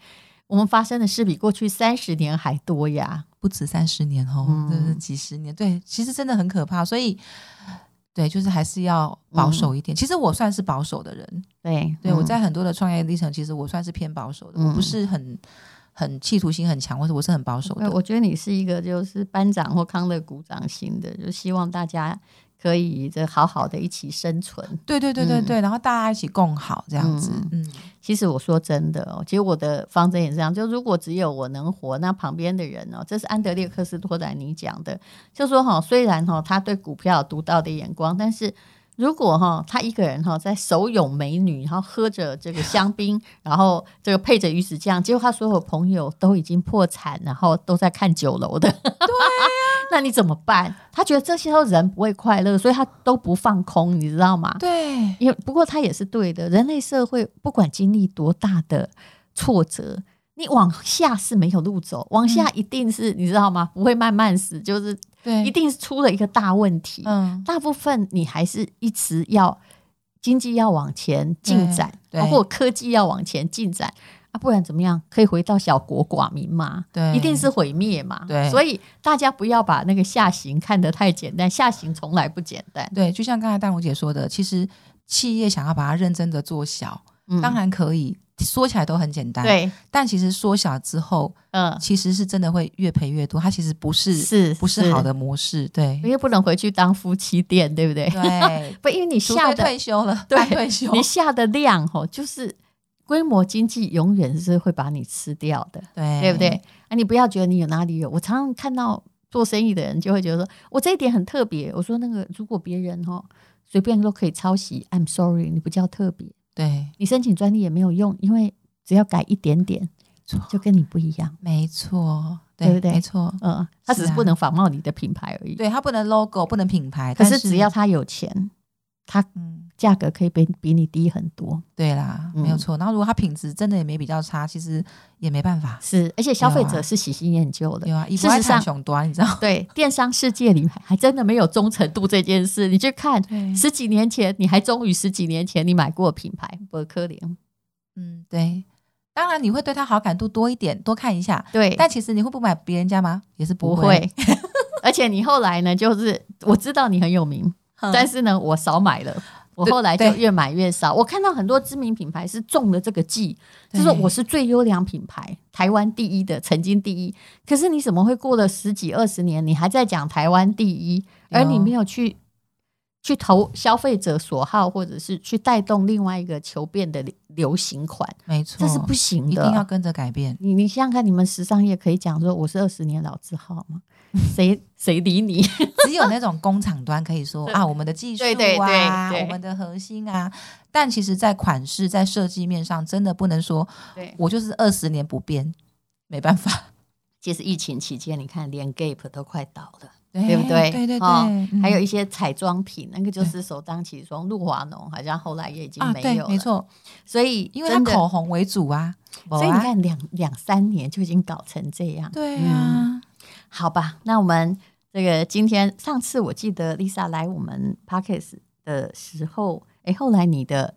Speaker 2: 我们发生的事比过去三十年还多呀。
Speaker 3: 不止三十年哦，
Speaker 2: 嗯
Speaker 3: 真的是几十年。对，其实真的很可怕，所以对，就是还是要保守一点。其实我算是保守的人，
Speaker 2: 对，
Speaker 3: 对、
Speaker 2: 嗯
Speaker 3: 我在很多的创业历程，其实我算是偏保守的，
Speaker 2: 嗯
Speaker 3: 我不是很很企图心很强，或者呃我是很保守
Speaker 2: 对
Speaker 3: 的。
Speaker 2: 嗯我觉得你是一个就是班长或康乐股长型的，就希望大家可以这好好的一起生存。
Speaker 3: 对对对对对，然后大家一起共好这样子，嗯，
Speaker 2: 其实我说真的哦，其实我的方针也是这样，就如果只有我能活，那旁边的人哦，这是安德烈克斯托兰尼讲的，就说哈、虽然哈、他对股票有独到的眼光，但是。如果哈、他一个人哈、在手拥美女，然后喝着这个香槟，然后这个配着鱼子酱，结果他所有朋友都已经破产，然后都在看酒楼的，对、 那你怎么办？他觉得这些人不会快乐，所以他都不放空，你知道吗？
Speaker 3: 对
Speaker 2: 也不过他也是对的，人类社会不管经历多大的挫折，你往下是没有路走，往下一定是、你知道吗？不会慢慢死，就是
Speaker 3: 嗯对，
Speaker 2: 一定是出了一个大问题。
Speaker 3: 嗯，
Speaker 2: 大部分你还是一直要经济要往前进展，
Speaker 3: 对
Speaker 2: 包括科技要往前进展啊，不然怎么样？可以回到小国寡民吗？
Speaker 3: 对，
Speaker 2: 一定是毁灭嘛。
Speaker 3: 对
Speaker 2: 所以大家不要把那个下行看得太简单，下行从来不简单。
Speaker 3: 对。就像刚才淡如姐说的，其实企业想要把它认真的做小，
Speaker 2: 嗯
Speaker 3: 当然可以，说起来都很简单，。
Speaker 2: 对，
Speaker 3: 但其实缩小之后，
Speaker 2: 嗯。
Speaker 3: 其实是真的会越赔越多，它其实不是
Speaker 2: 是
Speaker 3: 不是好的模式，对
Speaker 2: 因为不能回去当夫妻店，对不对？
Speaker 3: 对啊
Speaker 2: ，不，因为你
Speaker 3: 除
Speaker 2: 下
Speaker 3: 非
Speaker 2: 的
Speaker 3: 退休了，
Speaker 2: 对
Speaker 3: 半退休，
Speaker 2: 你下的量哦，就是规模经济永远是会把你吃掉的，
Speaker 3: 对
Speaker 2: 对不对？？啊，你不要觉得你有哪里有，我常常看到做生意的人就会觉得说我这一点很特别。我说那个如果别人哦随便都可以抄袭，I'm sorry，你不叫特别，
Speaker 3: 对，
Speaker 2: 你申请专利也没有用，因为只要改一点点
Speaker 3: 错
Speaker 2: 就跟你不一样，
Speaker 3: 没错，
Speaker 2: 对不对
Speaker 3: 没错，
Speaker 2: 嗯，他只
Speaker 3: 是
Speaker 2: 是
Speaker 3: 啊
Speaker 2: 不能仿冒你的品牌而已。
Speaker 3: 对，它不能 logo，不能品牌，
Speaker 2: 可
Speaker 3: 但
Speaker 2: 是
Speaker 3: 是
Speaker 2: 只要他有钱，他
Speaker 3: 嗯，
Speaker 2: 价格可以比比你低很多。
Speaker 3: 对啦，
Speaker 2: 嗯
Speaker 3: 没有错。然后如果它品质真的也没比较差，其实也没办法。
Speaker 2: 是，而且消费
Speaker 3: 有
Speaker 2: 者
Speaker 3: 啊
Speaker 2: 是喜新厌旧的。
Speaker 3: 有啊，以
Speaker 2: 事
Speaker 3: 不爱
Speaker 2: 实上，
Speaker 3: 看熊端，你知道？
Speaker 2: 对电商世界里面还真的没有忠诚度这件事。你去看
Speaker 3: 对
Speaker 2: 十几年前，你还忠于十几年前你买过的品牌伯克林，
Speaker 3: 嗯，对。当然你会对它好感度多一点，多看一下。
Speaker 2: 对，
Speaker 3: 但其实你会不买别人家吗？也是
Speaker 2: 不
Speaker 3: 会。
Speaker 2: 会。嗯 而且你后来呢，就是我知道你很有名，
Speaker 3: 嗯
Speaker 2: 但是呢，我少买了。我
Speaker 3: 对
Speaker 2: 后来就
Speaker 3: 对
Speaker 2: 越买越少。我看到很多知名品牌是中了这个计，就
Speaker 3: 对
Speaker 2: 说我是最优良品牌，台湾第一的，曾经第一。可是你怎么会过了十几二十年，你还在讲台湾第一，而你没有去去投消费者所好，或者是去带动另外一个求变的流流行款，
Speaker 3: 没错，
Speaker 2: 这是不行
Speaker 3: 一定要
Speaker 2: 的。
Speaker 3: 跟着 改变。
Speaker 2: 你你想想看，你们时尚业可以讲说我是二十年老字号 吗？谁谁理你？
Speaker 3: 只有那种工厂端可以说啊，我们的技术啊，
Speaker 2: 对对对对
Speaker 3: 我们的核心啊，但其实，在款式、在设计面上，真的不能说
Speaker 2: 对，
Speaker 3: 我就是二十年不变，没办法，
Speaker 2: 其实疫情期间，你看连 Gap 都快倒了。 对不哎对？
Speaker 3: 对对对，
Speaker 2: 哦
Speaker 3: 嗯
Speaker 2: 还有一些彩妆品，那个就是首当其冲，露华浓好像后来也已经
Speaker 3: 啊，
Speaker 2: 没
Speaker 3: 对
Speaker 2: 有，了。
Speaker 3: 没错，
Speaker 2: 所以
Speaker 3: 因为它
Speaker 2: 真的，
Speaker 3: 口红为主啊，
Speaker 2: 所以你
Speaker 3: 没啊，
Speaker 2: 看两两三年就已经搞成这样，
Speaker 3: 对
Speaker 2: 嗯
Speaker 3: 啊，
Speaker 2: 好吧？那我们这个今天上次我记得 Lisa 来我们 Pockets 的时候，哎，后来你的。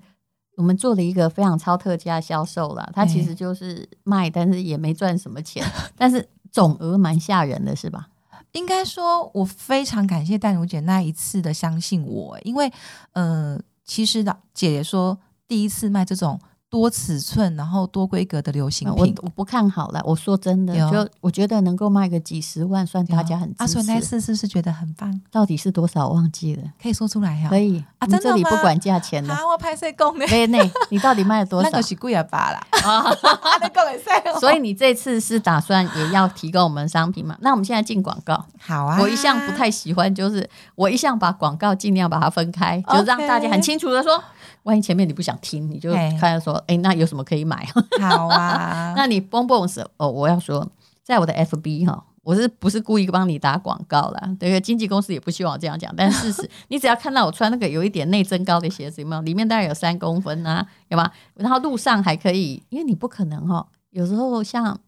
Speaker 2: 我们做了一个非常超特价销售啦，它
Speaker 3: 对
Speaker 2: 其实就是卖，但是也没赚什么钱，但是总额蛮吓人的，是吧？
Speaker 3: 应该说，我非常感谢淡如姐那一次的欸相信我，因为呃，其实的姐姐说第一次卖这种多尺寸，然后多规格的流行
Speaker 2: 啊我
Speaker 3: 品。
Speaker 2: 嗯我不看好了，我说真的
Speaker 3: 有，
Speaker 2: 就我觉得能够卖个几十万，算大家很
Speaker 3: 阿
Speaker 2: 支
Speaker 3: 顺啊那一
Speaker 2: 持。
Speaker 3: 次是不是觉得很棒？
Speaker 2: 到底是多少忘记了？
Speaker 3: 可以说出来呀、
Speaker 2: 可以
Speaker 3: 啊
Speaker 2: 我们
Speaker 3: 真的
Speaker 2: 这里
Speaker 3: 吗
Speaker 2: 不管价钱的。
Speaker 3: 啊，我拍摄功呢，
Speaker 2: 内内，你到底卖了多
Speaker 3: 那
Speaker 2: 少
Speaker 3: 个？是贵啊 吧啦，
Speaker 2: 啊
Speaker 3: 啊，那个也是哦
Speaker 2: 所以你这次是打算也要提供我们商品嘛？那我们现在进广告。
Speaker 3: 好啊，
Speaker 2: 我一向不太喜欢，就是我一向把广告尽量把它分开，就让
Speaker 3: OK
Speaker 2: 大家很清楚的说，万一前面你不想听，你就
Speaker 3: 嘿
Speaker 2: 看说，哎、那有什么可以买？
Speaker 3: 好啊，
Speaker 2: 那你蹦蹦是哦，我要说，在我的 FB 哈、我是不是故意帮你打广告啦？对，经纪公司也不希望我这样讲，但事实你只要看到我穿那个有一点内增高的鞋子，有没有？里面大概有三公分啊，有吧？然后路上还可以，因为你不可能哈、有时候像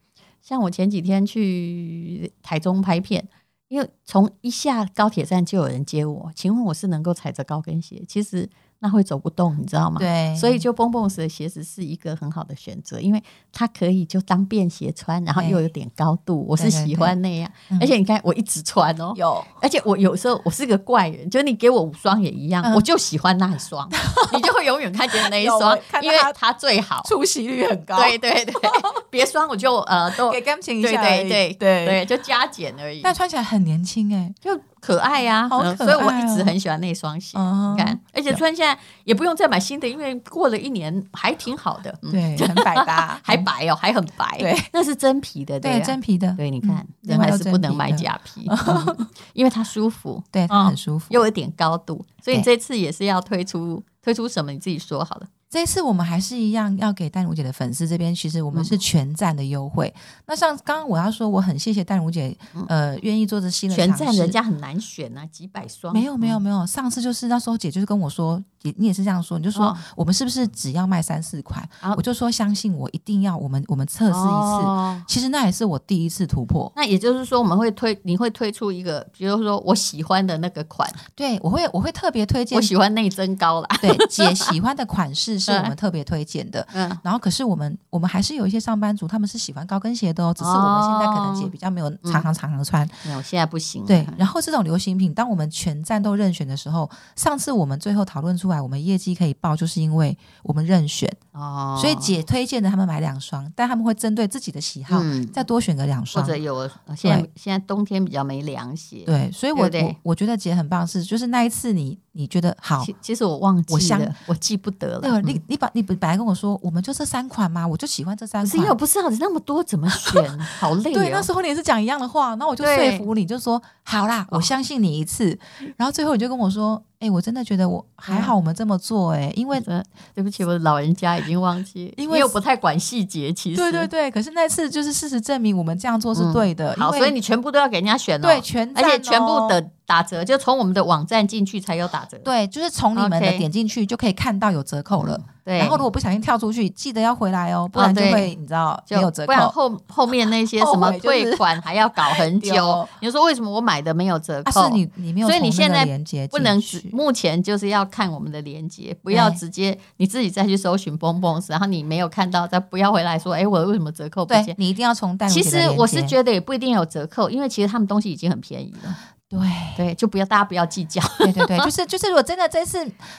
Speaker 2: 像我前几天去台中拍片。因为从一下高铁站就有人接我，请问我是能够踩着高跟鞋？其实那会走不动，你知道吗？
Speaker 3: 对，
Speaker 2: 所以就蹦蹦 s 的鞋子是一个很好的选择，因为它可以就当便鞋穿，然后
Speaker 3: 对
Speaker 2: 又有点高度，我是
Speaker 3: 对对
Speaker 2: 喜欢那样。
Speaker 3: 嗯
Speaker 2: 而且你看，我一直穿哦。
Speaker 3: 有
Speaker 2: 而且我有时候我是个怪人，就是你给我五双也一样，
Speaker 3: 嗯
Speaker 2: 我就喜欢那一 双，你就会永远看见那一
Speaker 3: 有
Speaker 2: 双
Speaker 3: 我看，到
Speaker 2: 因为
Speaker 3: 它
Speaker 2: 它最好。
Speaker 3: 出席率很高，
Speaker 2: 对对对， 别双我就呃都
Speaker 3: 给
Speaker 2: 对
Speaker 3: 感情一
Speaker 2: 对
Speaker 3: 下而已，
Speaker 2: 对
Speaker 3: 对
Speaker 2: 对，就加减而已，
Speaker 3: 但穿起来很年轻哎、
Speaker 2: 就可爱呀、
Speaker 3: 好
Speaker 2: 嗯
Speaker 3: 可
Speaker 2: 所以我
Speaker 3: 爱
Speaker 2: 一直
Speaker 3: 哦
Speaker 2: 很喜欢那双鞋。
Speaker 3: 嗯
Speaker 2: 你看，而且穿现在也不用再买新的，因为过了一年还挺好的，嗯，，
Speaker 3: 对，很百搭
Speaker 2: 还白哦，还很白，
Speaker 3: 对，
Speaker 2: 那是真皮的，
Speaker 3: 对
Speaker 2: 不
Speaker 3: 真皮的，
Speaker 2: 对，你看
Speaker 3: 嗯，
Speaker 2: 人还是不能买，
Speaker 3: 另外
Speaker 2: 假皮，嗯 因为它舒服，
Speaker 3: 又真皮的对，它
Speaker 2: 嗯
Speaker 3: 很舒服。
Speaker 2: 又有点高度，所以你
Speaker 3: 对
Speaker 2: 这次也是要推出推出什么？你自己说好了，
Speaker 3: 这一次我们还是一样要给淡如姐的粉丝这边，其实我们是全站的优惠。那像刚刚我要说，我很谢谢淡如姐，呃，愿意做这新的
Speaker 2: 全
Speaker 3: 尝试
Speaker 2: 站人家很难选啊，几百双，
Speaker 3: 没有没有
Speaker 2: 嗯，
Speaker 3: 没有，上次就是那时候姐就是跟我说，也你也是这样说，你就说、
Speaker 2: 哦
Speaker 3: 我们是不是只要卖三四块？
Speaker 2: 啊
Speaker 3: 我就说相信我，一定要我们我们测试一次。
Speaker 2: 哦
Speaker 3: 其实那也是我第一次 突破，
Speaker 2: 那也就是说，我们会推，你会推出一个，比如说我喜欢的那个款，
Speaker 3: 对我会我会特别推荐
Speaker 2: 我，喜欢内增高啦，
Speaker 3: 对姐喜欢的款式是我们特别推荐的。
Speaker 2: 嗯，
Speaker 3: 然后，可是我们我们还是有一些上班族，他们是喜欢高跟鞋的哦，只是我们现在可能姐比较没有常常常常穿。
Speaker 2: 没有，现在不行，
Speaker 3: 对，然后这种流行品，当我们全站都任选的时候，上次我们最后讨论出来，我们业绩可以报，就是因为我们任选，
Speaker 2: 哦，
Speaker 3: 所以姐推荐的他们买两双，但他们会针对自己的喜好、
Speaker 2: 嗯
Speaker 3: 再多选个两
Speaker 2: 或
Speaker 3: 双。
Speaker 2: 者有呃现在现在冬天比较没凉鞋，
Speaker 3: 对，所以我
Speaker 2: 对对
Speaker 3: 我我觉得姐很棒是，就是那一次你你觉得好。
Speaker 2: 其其实我忘记
Speaker 3: 我想
Speaker 2: 了，我记不得
Speaker 3: 对，啊
Speaker 2: 了。嗯
Speaker 3: 你你把你本来跟我说，我们就这三款嘛，我就喜欢这三
Speaker 2: 可是
Speaker 3: 款。
Speaker 2: 因为我不知道那么多怎么选，好累
Speaker 3: 对，
Speaker 2: 哦
Speaker 3: 那。时候你也是讲一样的话，然后我就
Speaker 2: 对哦
Speaker 3: 说服你，就说好啦，我相信你一次。然后最后你就跟我说，哎、我真的觉得我还
Speaker 2: 嗯
Speaker 3: 好，我们这么做、哎、因为
Speaker 2: 呃对不起，我老人家已经忘记，
Speaker 3: 因
Speaker 2: 因
Speaker 3: 为
Speaker 2: 为我不太管细节。其实
Speaker 3: 对对对，可是那次就是事实证明我们这样做是对的。
Speaker 2: 嗯好，
Speaker 3: 因为
Speaker 2: 所以你全部都要给人家选哦，
Speaker 3: 对全
Speaker 2: 而
Speaker 3: 站哦、
Speaker 2: 且全部的打折，就从我们的网站进去才有打折。
Speaker 3: 对，就是从你们的
Speaker 2: OK 嗯
Speaker 3: 点进去就可以看到有折扣了。
Speaker 2: 对，
Speaker 3: 然后如果不小心跳出去，记得要回来哦，不然就
Speaker 2: 对
Speaker 3: 会、你知道没有
Speaker 2: 就
Speaker 3: 折
Speaker 2: 不然
Speaker 3: 扣。
Speaker 2: 后后面那些什么
Speaker 3: 后悔就是
Speaker 2: 退款还要搞 很
Speaker 3: 对
Speaker 2: 久
Speaker 3: 哦。
Speaker 2: 你说为什么我买的没有折
Speaker 3: 啊，
Speaker 2: 扣？
Speaker 3: 是你你没有，
Speaker 2: 所以你现在
Speaker 3: 连接
Speaker 2: 不能
Speaker 3: 进
Speaker 2: 只
Speaker 3: 去
Speaker 2: 目前就是要看我们的链接，不要
Speaker 3: 对
Speaker 2: 直接你自己再去搜寻蹦蹦，然后你没有看到，再不要回来说，哎，我为什么折扣不
Speaker 3: 对
Speaker 2: 见？
Speaker 3: 你一定要从淡如
Speaker 2: 其
Speaker 3: 姐的
Speaker 2: 实
Speaker 3: 连
Speaker 2: 我是
Speaker 3: 接
Speaker 2: 觉得也不一定有折扣，因为其实他们东西已经很便宜了，
Speaker 3: 对。
Speaker 2: 对，就不要大家不要计较。
Speaker 3: 对对对，就是就是，如果真的这次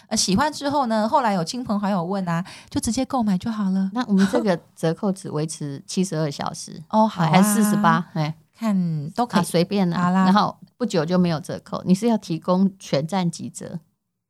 Speaker 3: 呃喜欢之后呢，后来有亲朋好友问啊，就直接购买就好了。
Speaker 2: 那我们这个折扣只维持七十二小时，
Speaker 3: 哦，好、啊，
Speaker 2: 还是四十八，哎，
Speaker 3: 看都可
Speaker 2: 啊，
Speaker 3: 以，
Speaker 2: 随便啦、
Speaker 3: 好啦
Speaker 2: 然后不久就没有折扣，你是要提供全站几折，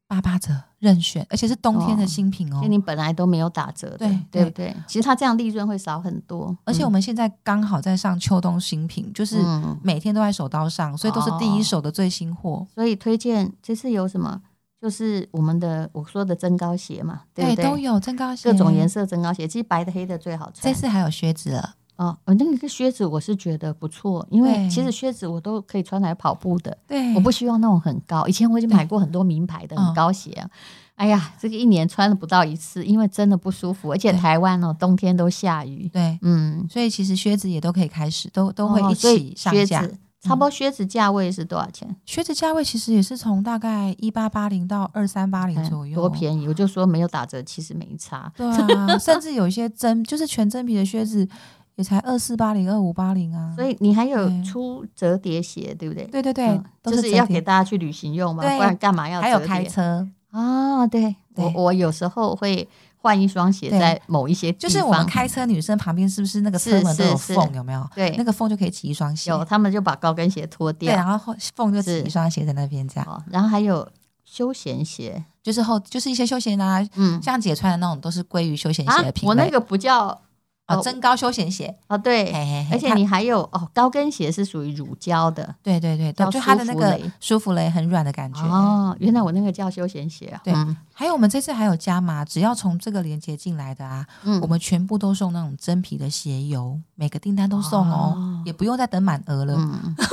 Speaker 3: 八八折任选，而且是冬天的
Speaker 2: 哦
Speaker 3: 新品哦
Speaker 2: 因为。你本来都没有打折的，
Speaker 3: 对
Speaker 2: 对不对？其实它这样利润会少很多，
Speaker 3: 而且我
Speaker 2: 们
Speaker 3: 们现在刚好在上秋冬新品，就是
Speaker 2: 嗯哦
Speaker 3: 每天都在手刀上，所以都是第一手的最新货。
Speaker 2: 所以推荐这次有什么？就是我们的我说的增高鞋嘛，不对？
Speaker 3: 都有增高鞋，
Speaker 2: 各种颜。色增高鞋，其实白的黑的最好
Speaker 3: 这
Speaker 2: 穿。
Speaker 3: 次还有靴子了，
Speaker 2: 哦，呃那个靴子我是觉得不错，因
Speaker 3: 对
Speaker 2: 为其实靴子我都可以穿来跑步的，
Speaker 3: 对
Speaker 2: 我不希望那种很高。以前我已经买过很多名牌的
Speaker 3: 嗯
Speaker 2: 很高鞋啊、哎呀，这个一年穿了不到一次，因为真的不舒服，而且
Speaker 3: 对
Speaker 2: 台湾哦冬天都下雨，
Speaker 3: 对，
Speaker 2: 嗯，
Speaker 3: 所以其实靴子也都可以开始，都都会
Speaker 2: 哦
Speaker 3: 一
Speaker 2: 所以
Speaker 3: 起上
Speaker 2: 靴
Speaker 3: 架。嗯
Speaker 2: 子差不多靴子价位是多少钱？
Speaker 3: 靴子价位其实也是从大概一八八零到二三八零
Speaker 2: 哎
Speaker 3: 左右，
Speaker 2: 多便宜！我就说没有打折，其实没差。
Speaker 3: 对啊，甚至有一些真就是全真皮的靴子也才二四八零、二五八零啊。
Speaker 2: 所以你还
Speaker 3: 对
Speaker 2: 有出折叠鞋，对不对？
Speaker 3: 对对对，
Speaker 2: 嗯
Speaker 3: 都
Speaker 2: 就是是要
Speaker 3: 折叠
Speaker 2: 给大家去旅行用嘛，
Speaker 3: 对
Speaker 2: 不然干嘛要
Speaker 3: 还有
Speaker 2: 折叠
Speaker 3: 开车，
Speaker 2: 啊？对，
Speaker 3: 对
Speaker 2: 我我有时候会换一双鞋
Speaker 3: 对
Speaker 2: 在某一些地
Speaker 3: 就是我们
Speaker 2: 方
Speaker 3: 开车，女生旁边是不是那个车
Speaker 2: 是
Speaker 3: 门都有
Speaker 2: 是是
Speaker 3: 缝？有没有？
Speaker 2: 对
Speaker 3: 那个缝就可以起一双鞋。
Speaker 2: 有，他们就把高跟鞋脱
Speaker 3: 对，啊
Speaker 2: 掉。
Speaker 3: 然后缝就起
Speaker 2: 是
Speaker 3: 一双鞋在那边，这样
Speaker 2: 哦，然后还有休闲鞋，
Speaker 3: 就是后就是一些休闲啊，
Speaker 2: 嗯
Speaker 3: 像姐穿的那种都是归于休闲
Speaker 2: 啊
Speaker 3: 鞋的，品
Speaker 2: 我
Speaker 3: 味。
Speaker 2: 那个不叫
Speaker 3: 哦，
Speaker 2: 哦
Speaker 3: 增高休闲鞋，
Speaker 2: 哦，对
Speaker 3: 嘿，嘿嘿
Speaker 2: 而且
Speaker 3: 它
Speaker 2: 你还有哦，高跟鞋是属于乳胶的
Speaker 3: 对对对，对
Speaker 2: 叫
Speaker 3: 就它的
Speaker 2: 舒
Speaker 3: 那
Speaker 2: 服
Speaker 3: 个
Speaker 2: 蕾
Speaker 3: 舒服蕾很软的感觉。
Speaker 2: 哦，原来我那个叫休闲鞋啊，
Speaker 3: 对
Speaker 2: 嗯
Speaker 3: 还有我们这次还有加码，只要从这个链接进来的啊，
Speaker 2: 嗯
Speaker 3: 我们全部都送那种真皮的鞋油，每个订单都送哦，
Speaker 2: 哦
Speaker 3: 也不用再等满额了。
Speaker 2: 嗯，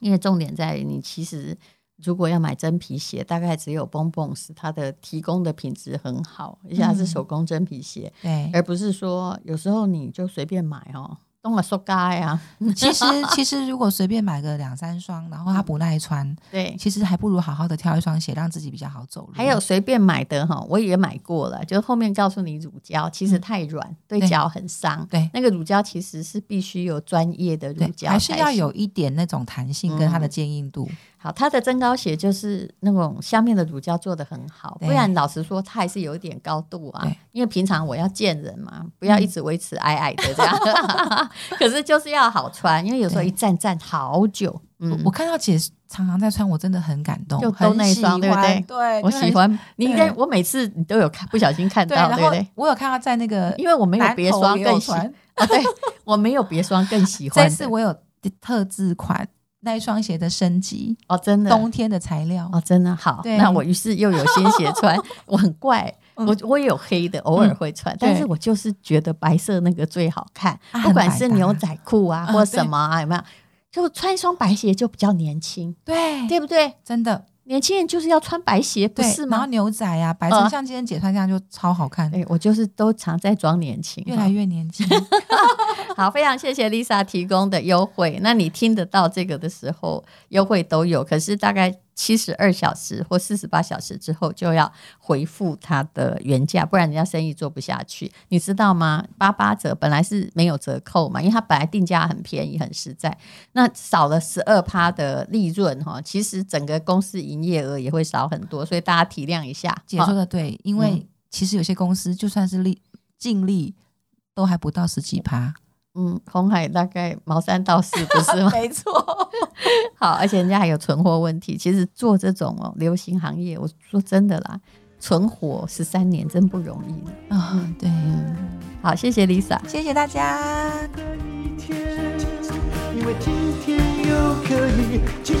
Speaker 2: 因为重点在于你其实如果要买真皮鞋，大概只有 Bon Bons 它的提供的品质很好，而且
Speaker 3: 嗯
Speaker 2: 它是手工真皮鞋，
Speaker 3: 对，
Speaker 2: 而不是说有时候你就随便买哦，动了塑胶呀，
Speaker 3: 其实其实如果随便买个两三双，然后它不 耐穿，
Speaker 2: 对。
Speaker 3: 其实还不如好好的挑一双鞋，让自己比较好走路。
Speaker 2: 还有随便买的哈，我也买过了，就是后面告诉你乳胶其实太软，对
Speaker 3: 嗯对
Speaker 2: 脚很伤。
Speaker 3: 对
Speaker 2: 那个乳胶其实是必须有专业的乳
Speaker 3: 对，
Speaker 2: 胶，
Speaker 3: 还是要有一点那种弹性跟它的坚硬度。
Speaker 2: 好，它的增高鞋就是那种下面的乳胶做的很好，
Speaker 3: 对
Speaker 2: 不然老实说，它还是有一点高度啊
Speaker 3: 对。嗯
Speaker 2: 因为平常我要见人嘛，不要一直维持矮矮的这 样，可是就是要好穿，因为有时候
Speaker 3: 对
Speaker 2: 一站站好久。嗯
Speaker 3: 我，我看到姐常常在穿，我真的很感动，
Speaker 2: 就都那一双
Speaker 3: 很喜欢
Speaker 2: 对不对
Speaker 3: 对，
Speaker 2: 我
Speaker 3: 就很
Speaker 2: 喜。欢你
Speaker 3: 对
Speaker 2: 应该，我每次你都有看，不小心看
Speaker 3: 对，
Speaker 2: 到，
Speaker 3: 然
Speaker 2: 对不
Speaker 3: 后
Speaker 2: 对？
Speaker 3: 我有看到在那个
Speaker 2: 因为我没有
Speaker 3: 南
Speaker 2: 别
Speaker 3: 投
Speaker 2: 双
Speaker 3: 也有
Speaker 2: 更喜
Speaker 3: 穿
Speaker 2: 啊，对我没有别双更喜欢
Speaker 3: 这
Speaker 2: 的。
Speaker 3: 次我有特制款那一双鞋的升级，
Speaker 2: 哦，真的
Speaker 3: 冬天的材料。
Speaker 2: 哦，真的好。
Speaker 3: 对
Speaker 2: 那我于是又有新鞋 穿，我很怪，
Speaker 3: 嗯
Speaker 2: 我我也有黑的，偶尔会穿，但是
Speaker 3: 对
Speaker 2: 我就是觉得白色那个最好看，
Speaker 3: 啊
Speaker 2: 不管
Speaker 3: 很百
Speaker 2: 是
Speaker 3: 搭
Speaker 2: 牛仔裤啊
Speaker 3: 嗯
Speaker 2: 或什么啊，有没有？就穿一双白鞋就比较年轻，
Speaker 3: 对，
Speaker 2: 对不对？
Speaker 3: 真的
Speaker 2: 年轻人就是要穿白鞋，不
Speaker 3: 对
Speaker 2: 是
Speaker 3: 然后
Speaker 2: 吗？哎
Speaker 3: 牛仔啊，白衬
Speaker 2: 呃
Speaker 3: 像今天姐穿这样就超好看，
Speaker 2: 对，我就是都常在装年轻。
Speaker 3: 越来越年 轻。
Speaker 2: 好，非常谢谢 Lisa 提供的优惠。那你听得到这个的时候，优惠都有，可是大概七十二小时或四十八小时之后就要回复它的原价，不然人家生意做不下去，你知道吗？八八折本来是没有折扣嘛，因为它本来定价很便宜、很实在，那少了十二趴的利润哈，其实整个公司营业额也会少很多，所以大家体谅一下。
Speaker 3: 姐
Speaker 2: 哈
Speaker 3: 说的对，因为
Speaker 2: 嗯
Speaker 3: 其实有些公司就算是力尽力，都还不到十几趴。
Speaker 2: 嗯，红海大概毛三到四不是吗？
Speaker 3: 没错，
Speaker 2: 好，而且人家还有存货问题。其实做这种哦流行行业，我说真的啦，存活十三年真不容易。
Speaker 3: 啊，对，
Speaker 2: 嗯好，谢谢 Lisa。
Speaker 3: 谢谢大家。
Speaker 1: 的一天，因为今天又可以，今